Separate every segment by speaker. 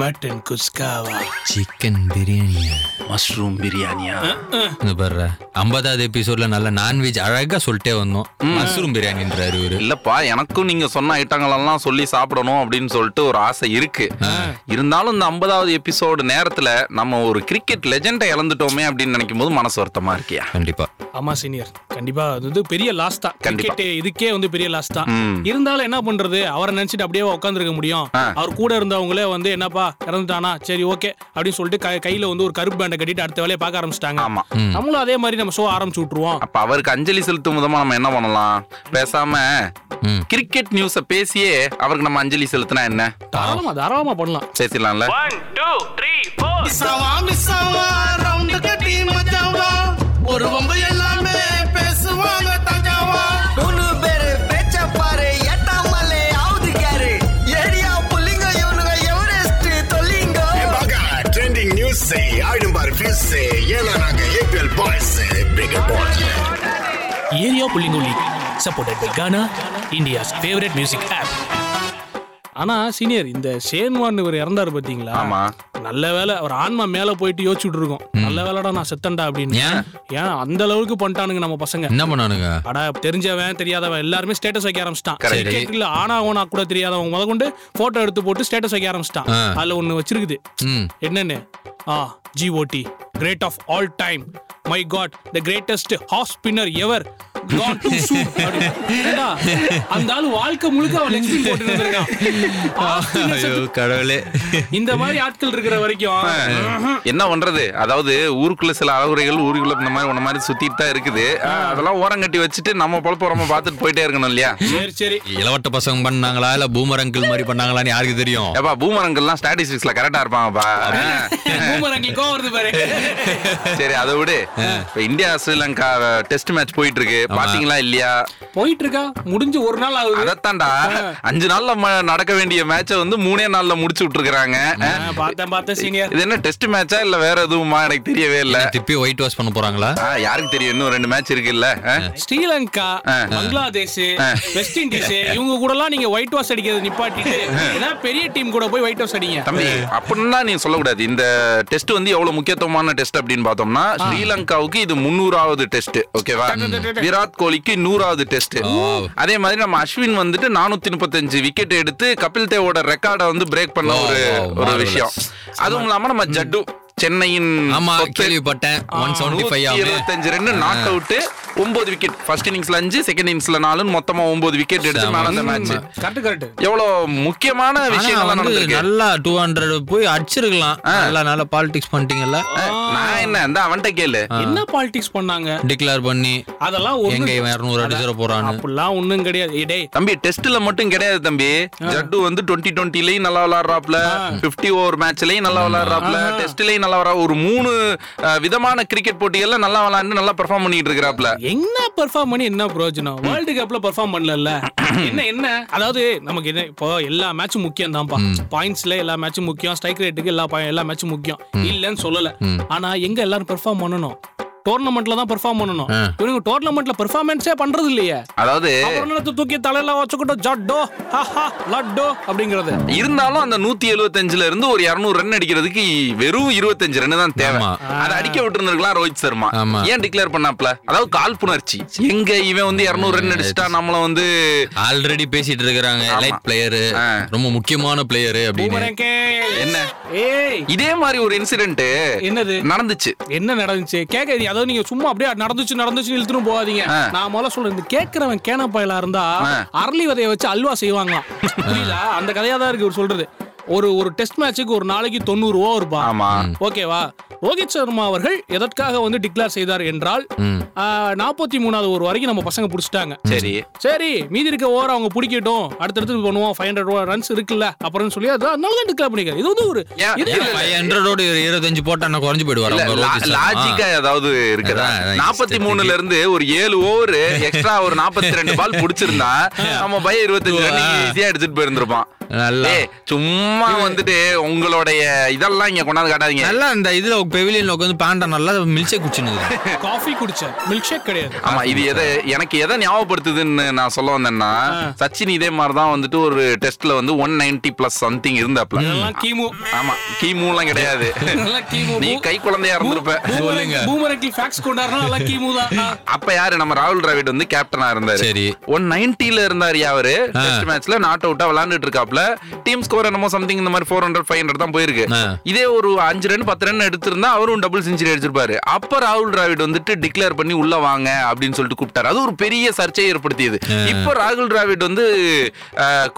Speaker 1: Mutton குஸ்காவா
Speaker 2: chicken பிரியாணியா
Speaker 3: mushroom பிரியாணியா
Speaker 2: இந்த பாரு ஐம்பதாவது எபிசோட்ல நல்ல நான்வெஜ் அழகா சொல்லிட்டே வந்தோம் மஷ்ரூம் பிரியாணின்றாரு இவரு
Speaker 3: இல்லப்பா எனக்கும் நீங்க சொன்ன ஐட்டங்களெல்லாம் சொல்லி சாப்பிடணும் அப்படின்னு சொல்லிட்டு ஒரு ஆசை இருக்கு இருந்தாலும் இந்த ஐம்பதாவது எபிசோடு நேரத்துல நம்ம ஒரு கிரிக்கெட் லெஜெண்டை இழந்துட்டோமே அப்படின்னு நினைக்கும் போது மனசு வருத்தமா இருக்கியா
Speaker 2: கண்டிப்பா
Speaker 1: ஆமா சீனியர் கண்டிப்பா அது வந்து பெரிய லாஸ் தான்
Speaker 3: கண்டிப்பா.
Speaker 1: கிரிக்கெட் இதுக்கே வந்து பெரிய லாஸ் தான்
Speaker 3: ம்.
Speaker 1: இருந்தாலும் என்ன பண்றது அவரை நினைச்சிட்டு அப்படியே உட்காந்துருக்க முடியும்
Speaker 3: ஆ.
Speaker 1: அவர் கூட இருந்தவங்களே வந்து என்னப்பா இறந்துட்டானா சரி ஓகே அப்படின்னு சொல்லிட்டு கை- கையில வந்து ஒரு கருப்பு பேண்டை கட்டிட்டு அடுத்த வேலையை பார்க்க ஆரம்பிச்சிட்டாங்க
Speaker 3: ஆமா
Speaker 1: நம்மளும் அதே மாதிரி நம்ம ஷோ ஆரம்பிச்சு விட்டுருவோம்
Speaker 3: அப்ப அவருக்கு அஞ்சலி செலுத்தும் விதமா நம்ம என்ன பண்ணலாம் பேசாம
Speaker 2: ம்
Speaker 3: கிரிக்கெட் நியூஸ பேசியே அவருக்கு நம்ம அஞ்சலி செலுத்தினா என்ன
Speaker 1: தாராளமா தாராளமா பண்ணலாம்
Speaker 3: பேசிடலாம்ல
Speaker 4: மிஸ்ஸாவா மிஸ்ஸாவா ரவுண்டு கட்டி மச்சாவா ஒரு வம்பு எல்லாமே பேசுவாங்க தஞ்சாவா
Speaker 5: மூணு பேரு பேச்ச பாரு எட்டாமலே ஆவுது கேரு ஏரியா புள்ளிங்க இவனுங்க எவரெஸ்ட் தொல்லிங்க
Speaker 6: பாக்கா ட்ரெண்டிங் நியூஸ் ஆயிடும் பாரு ஃபியூஸ் ஏன்னா நாங்க APL boys figure boys
Speaker 1: area புள்ளிங்கு league supported by Gaana India's favourite music app ஆனா சீனியர் இந்த ஷேன்வான் இவர் இறந்தாரு பாத்தீங்களா
Speaker 3: ஆமா.
Speaker 1: நல்ல வேளை அவர் ஆன்மா மேல போயிட்டு யோசிச்சுட்டு இருக்கோம் நல்ல வேலைடா நான் செத்தண்டா அப்படின்னு
Speaker 2: ஏன்?
Speaker 1: ஏன் அந்த அளவுக்கு பண்ணிட்டானுங்க நம்ம பசங்க
Speaker 2: என்ன பண்ணானுங்க
Speaker 1: அடா தெரிஞ்சவன் தெரியாதவன் எல்லாருமே ஸ்டேட்டஸ் வைக்க ஆரம்பிச்சிட்டான்
Speaker 3: Correct.
Speaker 1: கிரிக்கெட்ல ஆனா ஓனா கூட தெரியாதவங்க முத கொண்டு போட்டோ எடுத்து போட்டு ஸ்டேட்டஸ் வைக்க ஆரம்பிச்சிட்டான்
Speaker 2: ஆ.
Speaker 1: அதுல ஒண்ணு வச்சிருக்குது
Speaker 2: ம்
Speaker 1: என்னன்னு ஆ ஜிஓடி great of all time my god the greatest half spinner ever அந்த ஆளு வாழ்க்கை முழுக்க அவன் லெக் ஸ்பின் போட்டு
Speaker 2: ஐயோ கடவுளே
Speaker 1: இந்த மாதிரி ஆட்கள் இருக்கிற வரைக்கும்
Speaker 3: என்ன பண்றது அதாவது ஊருக்குள்ள சில அறிகுறைகள் ஊருக்குள்ள இந்த மாதிரி உன்ன மாதிரி சுத்திட்டு தான் இருக்குது ஆஹ், அதெல்லாம் ஓரம் கட்டி வச்சுட்டு நம்ம பொழப்பு நம்ம பார்த்துட்டு போயிட்டே இருக்கணும் இல்லையா
Speaker 1: சரி சரி
Speaker 2: இளவட்ட பசங்க பண்ணாங்களா இல்ல பூமர் அங்கிள் மாதிரி பண்ணாங்களான்னு யாருக்கு தெரியும்
Speaker 3: ஏப்பா பூமரங்கள்லாம் ஸ்டாட்டிஸ்டிக்ஸ்ல கரெக்டா இருப்பாங்கப்பா ஆஹ்,
Speaker 1: பூமரங்க கோவம் வருது பாரு
Speaker 3: சரி அதை விடு இப்ப இந்தியா ஸ்ரீலங்கா டெஸ்ட் மேட்ச் போயிட்டு இருக்கு பாத்தீங்களா இல்லையா
Speaker 1: போயிட்டு இருக்கா முடிஞ்சு ஒரு நாள் ஆகுது
Speaker 3: அதத்தாண்டா அஞ்சு நாள்ல ம- நடக்க வேண்டிய மேட்சை வந்து மூணே நாள்ல முடிச்சு விட்டுருக்காங்க
Speaker 1: ஆ, பார்த்தேன் பார்த்தேன் சீனியர்
Speaker 3: இது என்ன டெஸ்ட் மேட்சா இல்ல வேற எதுவுமா எனக்கு தெரியவே இல்ல
Speaker 2: திப்பி ஒயிட் வாஷ் பண்ண போறாங்களா
Speaker 3: ஆ, யாருக்கு தெரியும் இன்னும் ரெண்டு மேட்ச் இருக்கு இல்ல
Speaker 1: ஸ்ரீலங்கா பங்களாதேஷ் வெஸ்ட் இண்டீஸ் இவங்க கூட எல்லாம் நீங்க ஒயிட் வாஷ் அடிக்கிறது நிப்பாட்டிட்டு ஏதாவது பெரிய டீம் கூட போய் ஒயிட் வாஷ் அடிங்க
Speaker 3: தம்பி அப்படின்னா நீ சொல்லக்கூடாது இந்த டெஸ்ட் வந்து எவ்வளவு முக்கியத்துவமான டெஸ்ட் அப்படின்னு பார்த்தோம்னா ஸ்ரீலங்காவுக்கு இது முன்னூறாவது டெஸ்ட் ஓகேவா விராட் கோலிக்கு நூறாவது டெஸ்ட் அதே மாதிரி நம்ம அஸ்வின் வந்துட்டு நானூத்தி முப்பத்தஞ்சு விக்கெட் எடுத்து கபில் தேவோட ரெக்கார்டை வந்து பிரேக் பண்ண
Speaker 2: Wow,
Speaker 3: ஒரு
Speaker 2: wow,
Speaker 3: ஒரு
Speaker 2: marvelous.
Speaker 3: விஷயம் அதுவும் இல்லாம நம்ம ஜட்டு சென்னையின்
Speaker 2: ஆமா
Speaker 3: சொத்து.
Speaker 2: கேள்விப்பட்டேன் ஒன் செவன்டி
Speaker 3: நூத்தி
Speaker 2: ஃபைவ் ஆமே
Speaker 3: இருபத்தஞ்சு ரன் நாட் அவுட் ஒன்பது விக்கெட் ஃபர்ஸ்ட் இன்னிங்ஸ்ல அஞ்சு செகண்ட் இன்னிங்ஸ்ல நாலு மொத்தமா ஒன்பது விக்கெட் எடுத்து
Speaker 2: செம.
Speaker 3: மேல அந்த மேட்ச்
Speaker 1: கரெக்ட் கரெக்ட்
Speaker 3: எவ்வளவு முக்கியமான
Speaker 2: ஆனா
Speaker 3: விஷயங்கள்லாம்
Speaker 2: வந்து
Speaker 3: நடந்திருக்கு
Speaker 2: நல்லா டூ ஹண்ட்ரட் போய் அடிச்சிருக்கலாம் நல்லா நல்லா பாலிடிக்ஸ் பண்ணிட்டீங்கல்ல
Speaker 3: நான் என்ன இந்த அவன்கிட்ட கேளு
Speaker 1: என்ன பாலிடிக்ஸ் பண்ணாங்க
Speaker 2: டிக்ளேர் பண்ணி
Speaker 1: அதெல்லாம் ஒண்ணும்
Speaker 2: எங்க இவன் இரநூறு அடிச்சிட போறான்னு
Speaker 1: அப்படிலாம் ஒண்ணும் கிடையாது ஏய், டேய்
Speaker 3: தம்பி டெஸ்ட்ல மட்டும் கிடையாது தம்பி ஜட்டு வந்து டுவெண்ட்டி டுவெண்ட்டிலையும் நல்லா விளாடுறாப்ல பிப்டி ஓவர் மேட்ச்லயும் நல்லா விளாடுறாப்ல டெஸ்ட்லயும் நல்லா விளாட ஒரு மூணு அஹ், விதமான கிரிக்கெட் போட்டிகள்ல நல்லா விளாண்டு நல்லா பெர்ஃபார்ம் பண்ணிட்டு இருக்கிறாப்ல
Speaker 1: என்ன பெர்ஃபார்ம் பண்ணி என்ன பிரயோஜனம் வேர்ல்டு கப்ல பெர்ஃபார்ம் பண்ணல என்ன என்ன அதாவது நமக்கு என்ன இப்போ எல்லா மேட்சும் முக்கியம் தான்ப்பா பாயிண்ட்ஸ்ல எல்லா மேட்சும் முக்கியம் ஸ்ட்ரைக் ரேட்டுக்கு எல்லா pa- எல்லா மேட்சும் முக்கியம் இல்லன்னு சொல்லல ஆனா எங்க எல்லாரும் பெர்ஃபார்ம் பண்ணணும் டோர்னமெண்ட்ல தான் பெர்ஃபார்ம் பண்ணணும் இவனுங்க டோர்னமெண்ட்ல பெர்ஃபார்மன்ஸே பண்றது இல்லையே
Speaker 3: அதாவது
Speaker 1: அப்புறம் என்னத்த தூக்கி தலையில வச்சுக்கிட்டோம் ஜட்டோ ஹஹா லட்டோ அப்படிங்கறது
Speaker 3: இருந்தாலும் அந்த நூத்தி எழுவத்தஞ்சுல இருந்து ஒரு இருநூறு ரன் அடிக்கிறதுக்கு வெறும் இருபத்தஞ்சு ரன் தான் தேவை
Speaker 2: ஆமா.
Speaker 3: அதை அடிக்க விட்டுருந்துருக்கலாம் ரோஹித் சர்மா
Speaker 2: ஆமா.
Speaker 3: ஏன் டிக்ளேர் பண்ணாப்ல அதாவது காழ்ப்புணர்ச்சி எங்க இவன் வந்து இருநூறு ரன் அடிச்சிட்டா நம்மள வந்து
Speaker 2: ஆல்ரெடி பேசிட்டு இருக்கிறாங்க லைட் பிளேயரு ரொம்ப முக்கியமான பிளேயரு அப்படின்னு
Speaker 1: பூமரங்கே.
Speaker 3: என்ன?
Speaker 1: ஏய்
Speaker 3: இதே மாதிரி ஒரு இன்சிடென்ட்
Speaker 1: என்னது
Speaker 3: நடந்துச்சு
Speaker 1: என்ன நடந்துச்சு கேட்க அதாவது நீங்க சும்மா அப்படியே நடந்துச்சு நடந்துச்சு இழுத்துட்டு போகாதீங்க நான் முதல்ல சொல்றேன் இந்த கேட்கறவன் கேன பயலா இருந்தா அரளி விதைய வச்சு அல்வா செய்வாங்களாம் புரியல அந்த கதையா தான் இருக்கு இவர் சொல்றது ஒரு ஒரு டெஸ்ட் மேட்ச்சுக்கு ஒரு நாளைக்கு தொண்ணூறு ஓவர் பா
Speaker 3: ஆமா
Speaker 1: ஓகேவா ரோஹித் சர்மா அவர்கள் எதற்காக வந்து டிக்ளேர் செய்தார் என்றால் நாற்பத்தி மூணாவது ஒரு வரைக்கும் நம்ம பசங்க பிடிச்சிட்டாங்க
Speaker 3: சரி
Speaker 1: சரி மீதி இருக்க ஓவர் அவங்க பிடிக்கட்டும் அடுத்தடுத்து பண்ணுவோம் ஃபைவ் ஹண்ட்ரட் ரன்ஸ் இருக்குல்ல அப்புறம் சொல்லி அதான் அதனால தான் டிக்ளேர் பண்ணிக்கிறேன் இது வந்து ஒரு
Speaker 3: ஏன்,
Speaker 1: இது
Speaker 3: ஏன்
Speaker 2: ஃபைவ் ஹண்ட்ரடோட இருபத்தஞ்சு போட்டா நான் குறைஞ்சு போயிடுவாரு அவங்க ரோஹித் சர்மா.
Speaker 3: லாஜிக்கா ஏதாவது இருக்குதா
Speaker 2: அதான், அதான்
Speaker 3: நாற்பத்தி மூணுல இருந்து ஒரு ஏழு ஓவர் எக்ஸ்ட்ரா ஒரு நாற்பத்தி ரெண்டு பால் புடிச்சிருந்தா நம்ம பையன் இருபத்தஞ்சு ரன் ஈஸியா அடிச்சிட்டு போயிருந்திருப்பான்
Speaker 2: நல்லா
Speaker 3: ஏய், சும்மா வந்துட்டு உங்களுடைய இதெல்லாம் இங்க கொண்டாந்து காட்டாதீங்க
Speaker 2: நல்லா அந்த இதுல பெவிலியன்ல உட்காந்து பேண்டா நல்லா மில்ச்சே குடிச்சுன்னு
Speaker 1: காஃபி குடிச்சேன் மில்க் ஷேக் கிடையாது
Speaker 3: ஆமா இது எதை எனக்கு எதை ஞாபகப்படுத்துதுன்னு நான் சொல்ல வந்தேன்னா சச்சின் இதே மாதிரி தான் வந்துட்டு ஒரு டெஸ்ட்ல வந்து ஒன் நைன்டி பிளஸ் சம்திங் இருந்தாப்ல
Speaker 1: இதெல்லாம் கீமு
Speaker 3: ஆமா கீமூலாம் கிடையாது
Speaker 1: நல்லா கீமு
Speaker 3: நீ கை குழந்தையா இருந்திருப்ப
Speaker 2: சொல்லுங்க.
Speaker 1: பூமரங்கி ஃபேக்ஸ் கொண்டாடுறா நல்லா கீமு தான் ஆ.
Speaker 3: அப்ப யாரு நம்ம ராகுல் டிராவிட் வந்து கேப்டனா இருந்தாரு
Speaker 2: சரி.
Speaker 3: ஒன் நைன்டில இருந்தாரு அவரு டெஸ்ட் மேட்ச்ல நாட் அவுட்டா விளையாண்டுட்டு இருக்காப்ல டீம் ஸ்கோர் என்னமோ சம்திங் இந்த மாதிரி ஃபோர் ஹண்ட்ரட் ஃபைவ் ஹண்ட்ரட் தான் போயிருக்கு
Speaker 2: ஆ.
Speaker 3: இதே ஒரு அஞ்சு ரன் பத்து ரன் எடுத்திருந்தா அவரும் டபுள் செஞ்சுரி அடிச்சிருப்பாரு அப்ப ராகுல் டிராவிட் வந்துட்டு டிக்ளேர் பண்ணி உள்ள வாங்க அப்படின்னு சொல்லிட்டு கூப்பிட்டாரு அது ஒரு பெரிய சர்ச்சையை ஏற்படுத்தியது இப்போ ராகுல் டிராவிட் வந்து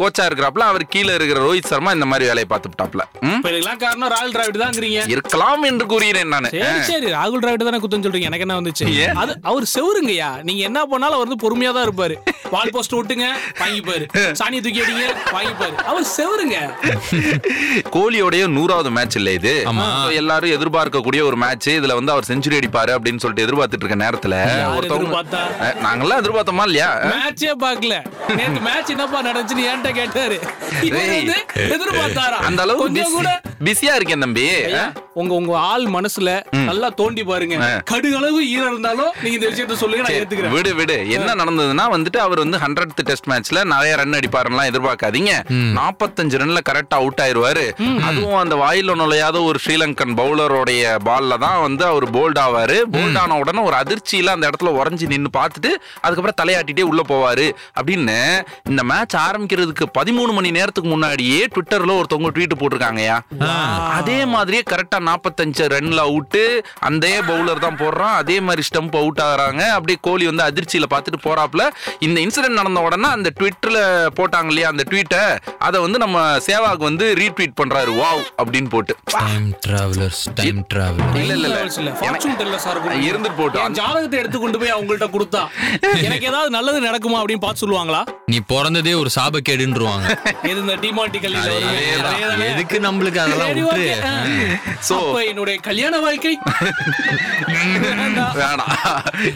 Speaker 3: கோச்சா இருக்கிறாப்ல அவர் கீழே இருக்கிற ரோஹித் சர்மா இந்த மாதிரி வேலையை பார்த்துட்டாப்ல
Speaker 1: இப்ப இதுக்கெல்லாம் காரணம் ராகுல் டிராவிட் தான்ங்கிறீங்க
Speaker 3: இருக்கலாம் என்று கூறுகிறேன் நானு
Speaker 1: சரி சரி ராகுல் டிராவிட் தானே குத்தம் சொல்றீங்க எனக்கு என்ன வந்துச்சு அது அவர் செவருங்கய்யா நீங்க என்ன பண்ணாலும் அவர் வந்து பொறுமையா தான் இருப்பாரு வால் போஸ்ட் விட்டுங்க வாங்கிப்பாரு சாணி தூக்கி அடிங்க வாங்கிப்பாரு அவர் செவருங்க
Speaker 3: கோலியோடைய நூறாவது மேட்ச் இல்ல இது
Speaker 2: ஆமா.
Speaker 3: So, எல்லாரும் எதிர்பார்க்கக்கூடிய ஒரு மேட்ச் இதுல வந்து அவர் செஞ்சுரி அடிப்பாரு அப்படின்னு சொல்லிட்டு எதிர்பார்த்துட்டு இருக்க நேரத்துல
Speaker 1: எதிர்பார்த்தா?
Speaker 3: அஹ், நாங்கெல்லாம் எதிர்பார்த்தோமா இல்லையா
Speaker 1: மேட்சே பார்க்கல நேத்து மேட்ச் என்னப்பா நடந்துச்சுன்னு என்கிட்ட கேட்டாரு இவர் வந்து எதிர்பார்த்தாரா
Speaker 3: அந்த அளவுக்கு
Speaker 1: கொஞ்சம் கூட
Speaker 3: பிஸியா இருக்கேன் தம்பி
Speaker 1: ஐயா, உங்க உங்க ஆள் மனசுல நல்லா தோண்டி பாருங்க கடுகளவு ஈரம் இருந்தாலும் நீங்க இந்த விஷயத்த சொல்லுங்க நான் ஏத்துக்கிறேன்
Speaker 3: விடு விடு என்ன நடந்ததுன்னா வந்துட்டு அவர் வந்து ஹண்ட்ரட் டெஸ்ட் மேட்ச்ல நிறைய ரன் அடிப்பாருலாம் எதிர்பார்க்காதீங்க நாற்பத்தஞ்சு ரன்ல கரெக்டா அவுட் ஆயிருவாரு அதுவும் அந்த வாயில நுழையாத ஒரு ஸ்ரீலங்கன் பவுலருடைய பால்ல தான் வந்து அவர் போல்ட் ஆவாரு போல்ட் ஆன உடனே ஒரு அதிர்ச்சியில அந்த இடத்துல உறைஞ்சி நின்னு பார்த்துட்டு அதுக்கப்புறம் தலையாட்டிட்டே உள்ள போவாரு அப்படின்னு இந்த மேட்ச் ஆரம்பிக்கிறதுக்கு பதிமூணு மணி நேரத்துக்கு முன்னாடியே ட்விட்டர்ல ஒருத்தவங்க ட்வீட் போட்டிருக்காங்கயா அதே மாதிரியே கரெக்டா நாற்பத்தஞ்சு ரன்ல அவுட்டு அந்த பவுலர் தான் போடுறான் அதே மாதிரி ஸ்டம்ப் அவுட் ஆகுறாங்க அப்படியே கோலி வந்து அதிர்ச்சியில பார்த்துட்டு போறாப்புல இந்த இன்சிடென்ட் நடந்த உடனே அந்த ட்விட்டர்ல போட்டாங்க இல்லையா அந்த ட்வீட்டை அதை வந்து நம்ம சேவாக்கு வந்து ரீட்வீட் பண்றாரு வாவ் அப்படின்னு போட்டு
Speaker 2: டைம் டிராவலர்ஸ் டைம் டிராவலர்
Speaker 3: இல்ல இல்ல
Speaker 1: இல்ல
Speaker 3: இல்ல
Speaker 1: ஃபார்ச்சூன் டெல்லர் சார்
Speaker 3: எனக்கு- இருந்து போட்டோம்
Speaker 1: என் ஜாதகத்தை எடுத்து கொண்டு போய் அவங்கள்ட்ட கொடுத்தா எனக்கு ஏதாவது நல்லது நடக்குமா அப்படின்னு பார்த்து சொல்லுவாங்களா
Speaker 2: நீ பிறந்ததே ஒரு சாபக்கேடுன்றுவாங்க
Speaker 1: எது இந்த டிமாட்டிக்கல் அதேதானே
Speaker 2: எதுக்கு நம்மளுக்கு அதெல்லாம்
Speaker 1: சரி,
Speaker 2: விட்டு
Speaker 1: okay. ஆ. அப்ப என்னுடைய கல்யாண வாழ்க்கை
Speaker 3: வேணாம்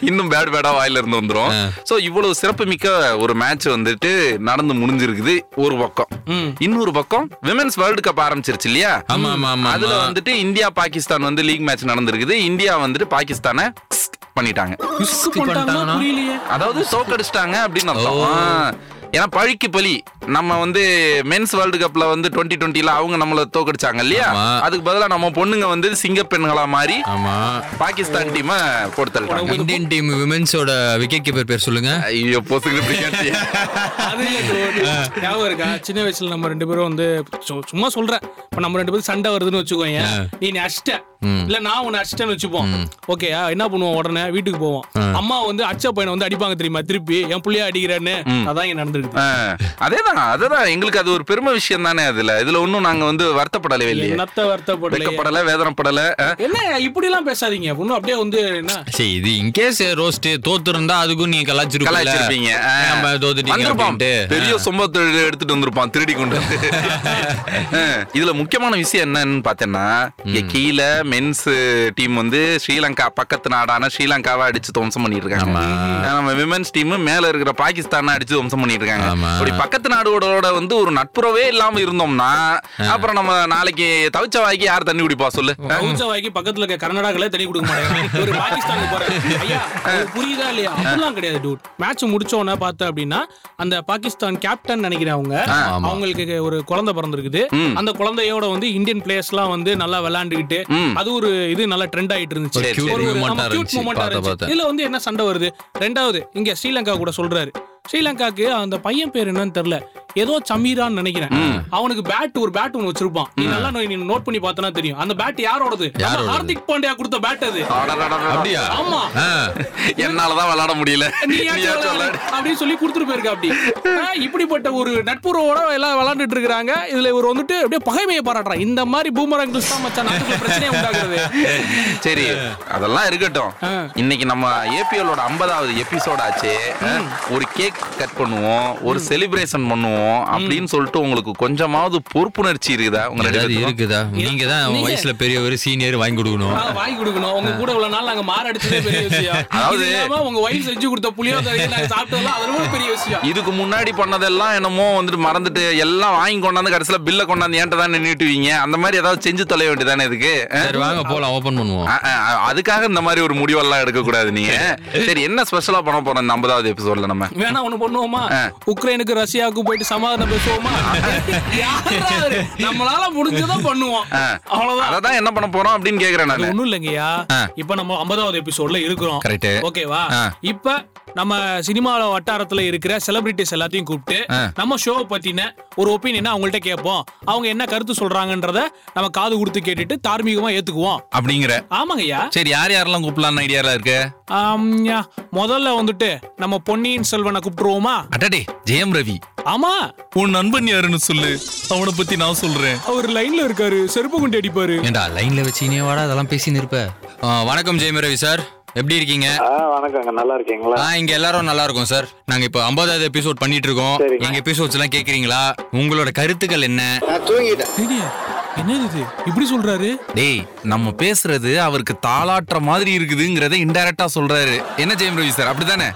Speaker 3: இன்னும் பேட் பேடா வாயில இருந்து வந்துரும் சோ இவ்வளவு சிறப்பு மிக்க ஒரு மேட்ச் வந்துட்டு நடந்து முடிஞ்சிருக்குது ஒரு பக்கம் இன்னொரு பக்கம் விமென்ஸ் வேர்ல்டு கப் ஆரம்பிச்சிருச்சு இல்லையா
Speaker 2: ஆமா ஆமா ஆமா
Speaker 3: அதுல
Speaker 2: ஆமா.
Speaker 3: வந்துட்டு இந்தியா பாகிஸ்தான் வந்து லீக் மேட்ச் நடந்திருக்குது இந்தியா வந்துட்டு பாகிஸ்தானை பண்ணிட்டாங்க
Speaker 1: உஸ்க்கு பண்ணிட்டாங்கன்னா புரியலையே
Speaker 3: அதாவது தோக்கடிச்சிட்டாங்க அப்படின்னு அர்த்தம் ஆ. ஏன்னா பழிக்கு பலி நம்ம வந்து மென்ஸ் வேர்ல்டு கப்ல வந்து டுவெண்ட்டி டுவெண்ட்டில அவங்க நம்மள தோக்கடிச்சாங்க இல்லையா
Speaker 2: ஆமா.
Speaker 3: அதுக்கு பதிலா நம்ம பொண்ணுங்க வந்து சிங்க பெண்களா மாறி
Speaker 2: ஆமா
Speaker 3: பாகிஸ்தான் டீமை கொடுத்துட்டாங்க
Speaker 2: இந்தியன் டீம் விமென்ஸோட விக்கெட் கீப்பர் பேர் சொல்லுங்க
Speaker 3: ஐயோ போசுக்கிட்டு
Speaker 1: அது இல்ல bro. ஞாபகம் இருக்கா சின்ன வயசுல நம்ம ரெண்டு பேரும் வந்து சு- சும்மா சொல்றேன் இப்ப நம்ம ரெண்டு பேரும் சண்டை வருதுன்னு வச்சுக்கோங்க நீ என்னை அடிச்சிட்ட இல்ல நான் உன்னை அடிச்சிட்டேன்னு வச்சுப்போம் ஓகே என்ன பண்ணுவோம் உடனே வீட்டுக்கு போவோம் அம்மா வந்து அச்ச பையனை வந்து அடிப்பாங்க தெரியுமா திருப்பி என் புள்ளைய அடிக்கிறேன்னு அதான் இங்க நடந்திருக்கு
Speaker 3: அதேதான் அதேதான் எங்களுக்கு அது ஒரு பெருமை விஷயம் தானே அதுல இதுல ஒண்ணும் நாங்க வந்து வருத்தப்படலவே இல்லையே
Speaker 1: என்னத்த வருத்தப்படலையே
Speaker 3: வெக்கப்படல வேதனைப்படல அஹ்,
Speaker 1: என்ன இப்படி எல்லாம் பேசாதீங்க இன்னும் அப்படியே வந்து என்ன
Speaker 2: சரி இது இன்கேஸ் ரோஸ்ட் தோத்துருந்தா அதுக்கும் நீங்க
Speaker 3: கலாய்ச்சிருப்பீங்க
Speaker 2: கலாச்சிருப்பீங்க
Speaker 3: அஹ்.
Speaker 2: நம்ம தோத்துட்டீங்க
Speaker 3: வந்திருப்பான்.
Speaker 2: அப்படின்ட்டு.
Speaker 3: பெரிய சொம்பத்தை எடுத்துட்டு வந்திருப்பான் திருடி கொண்டு வந்து. அஹ், இதுல முக்கியமான விஷயம் என்னன்னு பாத்தீங்கன்னா இங்க கீழே மென்ஸ் டீம் வந்து ஸ்ரீலங்கா பக்கத்து நாடான ஸ்ரீலங்காவை அடிச்சு துவம்சம் பண்ணிட்டு இருக்காங்க அஹ், நம்ம விமென்ஸ் டீம் மேல இருக்கிற பாகிஸ்தானை அடிச்சு துவம்சம் பண்ணிட்டு இருக்காங்க
Speaker 2: ஆமா.
Speaker 3: இப்படி பக்கத்து நாடுகளோட வந்து ஒரு நட்புறவே இல்லாம இருந்தோம்னா அப்புறம் நம்ம நாளைக்கு தவிச்ச வாய்க்கு யார் தண்ணி குடிப்பா சொல்லு
Speaker 1: உஞ்சவாய்க்கு பக்கத்துல இருக்க கர்நாடகால தண்ணி கொடுக்க மாட்டாங்க ஒரு பாகிஸ்தானுக்கு போறேன் ஐயா உங்களுக்கு புரியுதா இல்லையா அப்படிலாம் கிடையாது டூட் மேட்ச் முடிச்ச உடனே பார்த்தா அப்படின்னா அந்த பாகிஸ்தான் கேப்டன் நினைக்கிறேன் அவங்க
Speaker 2: ஆமா.
Speaker 1: அவங்களுக்கு ஒரு குழந்தை பிறந்திருக்குது அந்த குழந்தையோட வந்து இந்தியன் பிளேயர்ஸ் எல்லாம் வந்து நல்லா விளையாண்டுகிட்டு அது ஒரு இது நல்லா ட்ரெண்ட் ஆயிட்டு இருந்துச்சு
Speaker 2: ஒரு cute
Speaker 1: ஒரு-
Speaker 2: moment ஆ
Speaker 1: ஆமா, cute
Speaker 2: இருந்துச்சு.
Speaker 1: moment ஆ
Speaker 2: பார்த்தா,
Speaker 1: இருந்துச்சு
Speaker 2: பார்த்தா.
Speaker 1: இதுல வந்து என்ன சண்டை வருது ரெண்டாவது இங்க ஸ்ரீலங்கா கூட சொல்றாரு ஸ்ரீலங்காக்கு அந்த பையன் பேர் என்னன்னு தெரியல ஏதோ சமீரான்னு நினைக்கிறேன் அவனுக்கு பேட் ஒரு பேட் ஒன்னு வச்சிருப்பான் நீ நல்லா நீ நோட் பண்ணி பார்த்தனா தெரியும் அந்த பேட் யாரோடது நம்ம
Speaker 2: யாரோடது?
Speaker 1: ஹார்திக் பாண்டியா கொடுத்த பேட் அது
Speaker 2: அப்படியா
Speaker 1: ஆமா
Speaker 2: ஆ.
Speaker 3: என்னாலதான் விளையாட முடியல
Speaker 1: நீ ஏன்
Speaker 3: விளையாடு.
Speaker 1: அப்படின்னு சொல்லி கொடுத்துட்டு போயிருக்க அப்படி ஆ, இப்படிப்பட்ட ஒரு நட்புறவோட எல்லாம் விளையாண்டுட்டு இருக்காங்க இதுல இவர் வந்துட்டு அப்படியே பகைமையை பாராட்டுறான் இந்த மாதிரி பூமரங்கள் தான் மச்சான் நாட்டுக்குள்ள பிரச்சனையே உண்டாகிறது
Speaker 3: சரி அதெல்லாம் இருக்கட்டும் இன்னைக்கு நம்ம ஏபிஎல்லோட ஐம்பதாவது எபிசோட் ஆச்சு ஒரு கேக் கட் பண்ணுவோம் ஒரு செலிப்ரேஷன் பண்ணுவோம் பண்ணுவோம் அப்படின்னு சொல்லிட்டு உங்களுக்கு கொஞ்சமாவது பொறுப்புணர்ச்சி இருக்குதா உங்க ரெண்டு
Speaker 2: ஏதாவது
Speaker 3: பேருக்கும்?
Speaker 2: இருக்குதா நீங்க தான்
Speaker 1: நீங்க-
Speaker 2: வயசுல பெரியவர் சீனியர் வாங்கி கொடுக்கணும்
Speaker 1: நாங்க வாங்கி கொடுக்கணும் உங்க கூட இவ்வளவு நாள் நாங்க மாரடிச்சதே பெரிய விஷயம்
Speaker 3: அதாவது-
Speaker 1: அதாவது உங்க ஒய்ஃப் செஞ்சு கொடுத்த புளியோதரை நாங்க சாப்பிட்டோம்ல அது ரொம்ப பெரிய விஷயம்
Speaker 3: இதுக்கு முன்னாடி பண்ணதெல்லாம் என்னமோ வந்துட்டு மறந்துட்டு எல்லாம் வாங்கி கொண்டாந்து கடைசியில பில்ல கொண்டாந்து ஏன்ட்ட தான் நின்னுட்டுவீங்க அந்த மாதிரி ஏதாவது செஞ்சு தொலைய வேண்டியதானே இதுக்கு ஆ?
Speaker 2: சரி வாங்க போலாம் ஓபன் பண்ணுவோம்
Speaker 3: ஆ, ஆ, ஆ, அதுக்காக இந்த மாதிரி ஒரு முடிவெல்லாம் எடுக்க கூடாது நீங்க சரி என்ன ஸ்பெஷலா பண்ண போறோம் இந்த ஐம்பதாவது எபிசோட்ல நம்ம
Speaker 1: வேணா ஒண்ணு பண்ணுவோமா உக்ரைனுக்கு ரஷ்யாவுக்கு போயிட்டு சமாதானம் பேசுவோமா யாரா அவரு? நம்மளால முடிஞ்சதை பண்ணுவோம்
Speaker 3: ஆ.
Speaker 1: அவ்வளவுதான்
Speaker 3: அததான் என்ன பண்ண போறோம் அப்படின்னு கேக்குறேன்
Speaker 1: அது
Speaker 3: நானு
Speaker 1: ஒண்ணும் இல்லைங்கய்யா இப்ப நம்ம ஐம்பதாவது எபிசோட்ல இருக்கிறோம்
Speaker 2: Correct.
Speaker 1: ஓகேவா
Speaker 3: ஆ.
Speaker 1: இப்ப நம்ம சினிமால வட்டாரத்துல இருக்கிற செலிபிரிட்டிஸ் எல்லாத்தையும் கூப்பிட்டு நம்ம ஷோ பத்தின ஒரு ஒப்பீனியனை அவங்கள்ட்ட கேட்போம் அவங்க என்ன கருத்து சொல்றாங்கன்றத நம்ம காது கொடுத்து கேட்டுட்டு தார்மீகமா ஏத்துக்குவோம்
Speaker 3: அப்படிங்கிற
Speaker 1: ஆமாங்கய்யா
Speaker 3: சரி யார் யாரெல்லாம் கூப்பிடலாம்னு ஐடியாலாம் இருக்கு
Speaker 1: ஆம்யா. முதல்ல வந்துட்டு நம்ம பொன்னியின் செல்வனை கூப்பிட்டுருவோமா
Speaker 2: அடடே ஜெயம் ரவி
Speaker 1: ஆமா
Speaker 7: உன் நண்பன் யாருன்னு சொல்லு அவனை பத்தி நான் சொல்றேன்
Speaker 1: அவர் லைன்ல இருக்காரு செருப்பு குண்டு அடிப்பாரு
Speaker 2: ஏண்டா லைன்ல வச்சுனே வாடா அதெல்லாம் பேசின்னு இருப்ப ஆ, வணக்கம் ஜெயம் ரவி சார் எப்படி இருக்கீங்க
Speaker 8: ஆ வணக்கங்க நல்லா இருக்கீங்களா
Speaker 2: ஆ இங்க எல்லாரும் நல்லா இருக்கும் சார் நாங்க இப்ப ஐம்பதாவது எபிசோட் பண்ணிட்டு இருக்கோம்
Speaker 8: சரிங்க.
Speaker 2: எங்க எபிசோட்ஸ் எல்லாம் கேக்குறீங்களா உங்களோட கருத்துக்கள் என்ன
Speaker 8: நான் தூங்கிட்டேன்
Speaker 1: என்ன இது இப்படி சொல்றாரு
Speaker 3: டேய் நம்ம பேசுறது அவருக்கு தாளாட்டுற மாதிரி இருக்குதுங்கிறத இன்டைரக்டா சொல்றாரு என்ன ஜெயம் ரவி சார் அப்படிதானே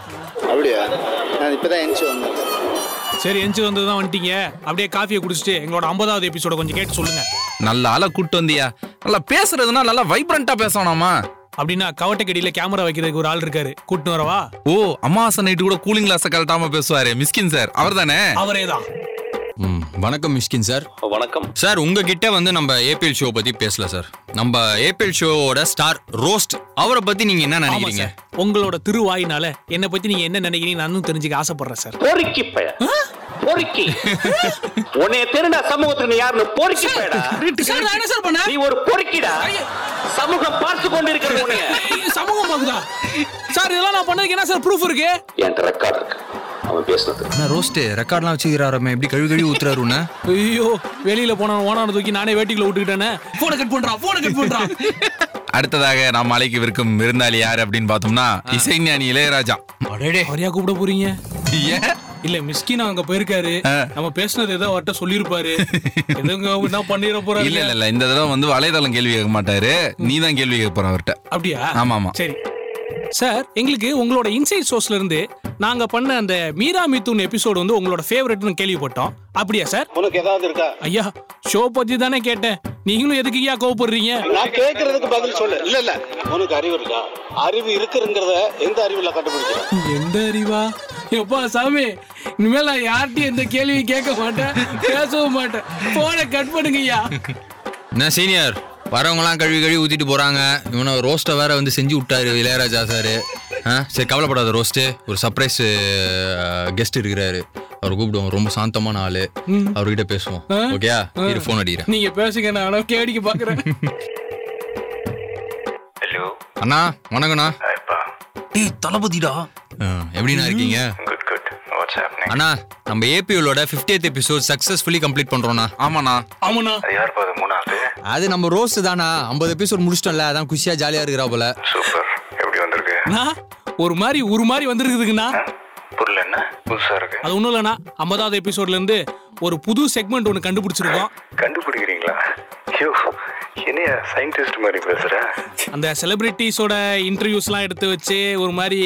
Speaker 8: அப்படியா நான் இப்பதான் எந்திச்சு வந்தேன்
Speaker 1: சரி எஞ்சி வந்து தான் வந்துட்டீங்க அப்படியே காஃபியை குடிச்சிட்டு எங்களோட ஐம்பதாவது எபிசோட கொஞ்சம் கேட்டு சொல்லுங்க
Speaker 3: நல்ல ஆளா கூட்டு வந்தியா நல்லா பேசுறதுன்னா நல்லா வைப்ரண்டா பேசணுமா
Speaker 1: அப்படின்னா கவட்டக்கடியில கேமரா வைக்கிறதுக்கு ஒரு ஆள் இருக்காரு கூட்டிட்டு வரவா
Speaker 3: ஓ அமாவாசை நைட்டு கூட கூலிங் கிளாஸை கலட்டாம பேசுவாரு மிஸ்கின் சார் அவர்தானே
Speaker 1: அவரே தான்
Speaker 2: ம், வணக்கம் மிஷ்கின் சார்
Speaker 8: வணக்கம்
Speaker 2: சார் உங்ககிட்ட வந்து நம்ம ஏபிஎல் ஷோ பத்தி பேசல சார் நம்ம ஏபிஎல் ஷோவோட ஸ்டார் ரோஸ்ட் அவரை பத்தி நீங்க என்ன
Speaker 1: ஆமா
Speaker 2: நினைக்கிறீங்க
Speaker 1: சார் உங்களோட திருவாயினால என்ன பத்தி நீங்க என்ன நினைக்கிறீங்க நானும் தெரிஞ்சுக்க ஆசைப்படுறேன் சார்
Speaker 9: பொறுக்கி பய பொறுக்கி உன்னைய தெரிந்த சமூகத்துல நீ யாருன்னு பொறுக்கி பயடா
Speaker 1: சார் பண்ண
Speaker 9: நீ ஒரு பொறுக்கிடா சமூகம் பார்த்து கொண்டு இருக்கிறது உன்னைய
Speaker 1: சமூகம் பாக்குதா சார் இதெல்லாம் நான் பண்ணதுக்கு என்ன சார் ப்ரூஃப் இருக்கு
Speaker 9: என்கிட்ட ரெக்கார்ட் இருக்கு அவன் பேசுனது
Speaker 2: ரோஸ்ட் ரெக்கார்ட்லாம் வச்சுக்கிறாரமே எப்படி கழுவி கழுவி ஊத்துறாருன்னு
Speaker 1: ஐயோ வெளியில போன ஓனான தூக்கி நானே வேட்டிக்குள்ள விட்டுக்கிட்டேனே போனை கட் பண்றா போனை கட் பண்றா
Speaker 3: அடுத்ததாக நாம் அழைக்கவிருக்கும் விருந்தாளி யார் அப்படின்னு பார்த்தோம்னா இசைஞானி இளையராஜா
Speaker 1: அவரையா கூப்பிட போறீங்க
Speaker 3: ஏன்
Speaker 1: இல்ல மிஸ்கின் அங்க போயிருக்காரு நம்ம பேசுனது ஏதோ அவர்கிட்ட சொல்லியிருப்பாரு எதுங்க என்ன பண்ணிட போறாரு
Speaker 3: இல்ல இல்ல இல்ல இந்த தடவை வந்து வலைதளம் கேள்வி கேட்க மாட்டாரு நீ தான் கேள்வி கேட்க போற அவர்கிட்ட
Speaker 1: அப்படியா
Speaker 3: ஆமா, ஆமா.
Speaker 1: சரி சார் எங்களுக்கு உங்களோட இன்சைட் சோர்ஸ்ல இருந்து நாங்க பண்ண அந்த மீரா மித்துன் எபிசோடு வந்து உங்களோட ஃபேவரட்னு கேள்விப்பட்டோம் அப்படியா சார்
Speaker 8: உனக்கு ஏதாவது இருக்கா
Speaker 1: ஐயா ஷோ பத்தி தானே கேட்டேன் நீங்களும் எதுக்கு ஐயா கோவப்படுறீங்க
Speaker 8: நான் கேக்குறதுக்கு பதில் சொல்லு இல்ல இல்ல உனக்கு அறிவு இருக்கா அறிவு இருக்குங்கிறத எந்த அறிவுல கண்டுபிடிக்கிற
Speaker 1: எந்த அறிவா எப்பா சாமி இனிமேல் நான் யார்ட்டையும் எந்த கேள்வி கேட்க மாட்டேன் பேசவும் மாட்டேன் போனை கட் பண்ணுங்க ஐயா
Speaker 2: என்ன சீனியர் வரவங்கலாம் கழுவி கழுவி ஊத்திட்டு போறாங்க இவனை ரோஸ்ட்டை வேற வந்து செஞ்சு விட்டாரு இளையராஜா சார் சரி கவலைப்படாத ரோஸ்ட்டு ஒரு சர்ப்ரைஸ் கெஸ்ட் இருக்கிறாரு அவர் கூப்பிடுவோம் ரொம்ப சாந்தமான ஆளு அவர்கிட்ட பேசுவோம்
Speaker 1: ஆ?
Speaker 2: ஓகேயா இரு ஃபோன் அடிக்கிறேன்
Speaker 1: நீங்க பேசுங்க நான் அளவுக்கு கேடிக்க பாக்குறேன்
Speaker 2: அண்ணா வணக்கண்ணா
Speaker 3: டேய் தளபதிடா
Speaker 2: ஆ, எப்படிண்ணா இருக்கீங்க அண்ணா நம்ம ஏபிஎலோட 50th எபிசோட் சக்ஸஸ்ஃபுல்லி கம்ப்ளீட் பண்றோம்ண்ணா
Speaker 3: ஆமாண்ணா
Speaker 1: ஆமாண்ணா
Speaker 2: அது நம்ம ரோஸ்ட் தானா ஐம்பது எபிசோட் முடிச்சிட்டோம்ல அதான் குஷியா ஜாலியா இருக்கிறா போல
Speaker 10: சூப்பர் எப்படி வந்திருக்கு
Speaker 1: அண்ணா, ஒரு மாதிரி ஒரு மாதிரி வந்துருக்குதுங்கண்ணா
Speaker 10: புரியல என்ன புதுசா இருக்கு
Speaker 1: அது ஒன்றும் இல்லைண்ணா ஐம்பதாவது எபிசோட்ல இருந்து ஒரு புது செக்மெண்ட் ஒன்று கண்டுபிடிச்சிருக்கோம்
Speaker 10: கண்டுபிடிக்கிறீங்களா ஐயோ என்னைய சயின்டிஸ்ட் மாதிரி பேசுற
Speaker 1: அந்த செலிபிரிட்டிஸோட இன்டர்வியூஸ்லாம் எடுத்து வச்சு ஒரு மாதிரி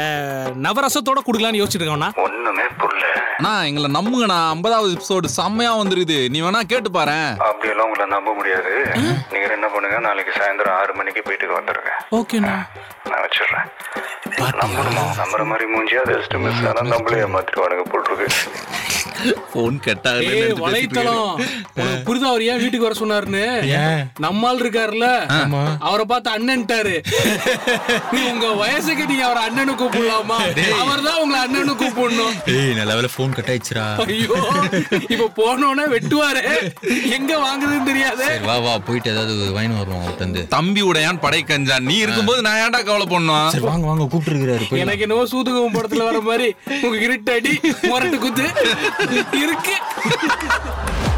Speaker 1: அஹ், நவரசத்தோட கொடுக்கலான்னு யோசிச்சிருக்கோம்னா
Speaker 10: ஒண்ணுமே புரியல
Speaker 3: அண்ணா எங்களை நம்புங்கண்ணா ஐம்பதாவது எபிசோடு செம்மையா வந்துருக்குது நீ வேணா கேட்டு பாரு
Speaker 10: அப்படியெல்லாம் உங்களை நம்ப முடியாது நீங்க என்ன பண்ணுங்க நாளைக்கு சாயந்தரம் ஆறு மணிக்கு வீட்டுக்கு வந்துருங்க
Speaker 1: ஓகேண்ணா
Speaker 10: நான் வச்சிடுறேன் நம்பணுமா நம்புற மாதிரி மூஞ்சியா ஜஸ்ட் மிஸ் ஆனா நம்மளே ஏமாத்திடுவானுங்க போட்டிருக்கு
Speaker 3: போன் கட்டா
Speaker 1: ஏய் வலைத்தளம் உனக்கு புரிதா அவர் ஏன் வீட்டுக்கு வர சொன்னாருன்னு நம்மால் இருக்காருல்ல அவரை பார்த்து அண்ணன்ட்டாரு நீ உங்க வயசுக்கு நீங்க அவரை அண்ணனு கூப்பிடலாமா அவர்தான் உங்களை அண்ணனு கூப்பிடணும்
Speaker 2: ஏய் நல்ல வேலை ஃபோன் கட் ஆயிடுச்சுடா
Speaker 1: ஐயோ இப்ப போனோன்னே வெட்டுவாரு எங்க வாங்குதுன்னு தெரியாது
Speaker 2: சரி, வா வா போயிட்டு ஏதாவது வாங்கி வருவோம் அவர்கிட்ட இருந்து
Speaker 3: தம்பி உடையான் படை கஞ்சான் நீ இருக்கும்போது நான் ஏன்டா கவலை பண்ணும்
Speaker 2: சரி வாங்க வாங்க கூப்பிட்டு இருக்காரு
Speaker 1: எனக்கு என்னவோ சூதுகம் படத்துல வர மாதிரி உங்க இருட்டு அடி முரட்டு குத்து இருக்கு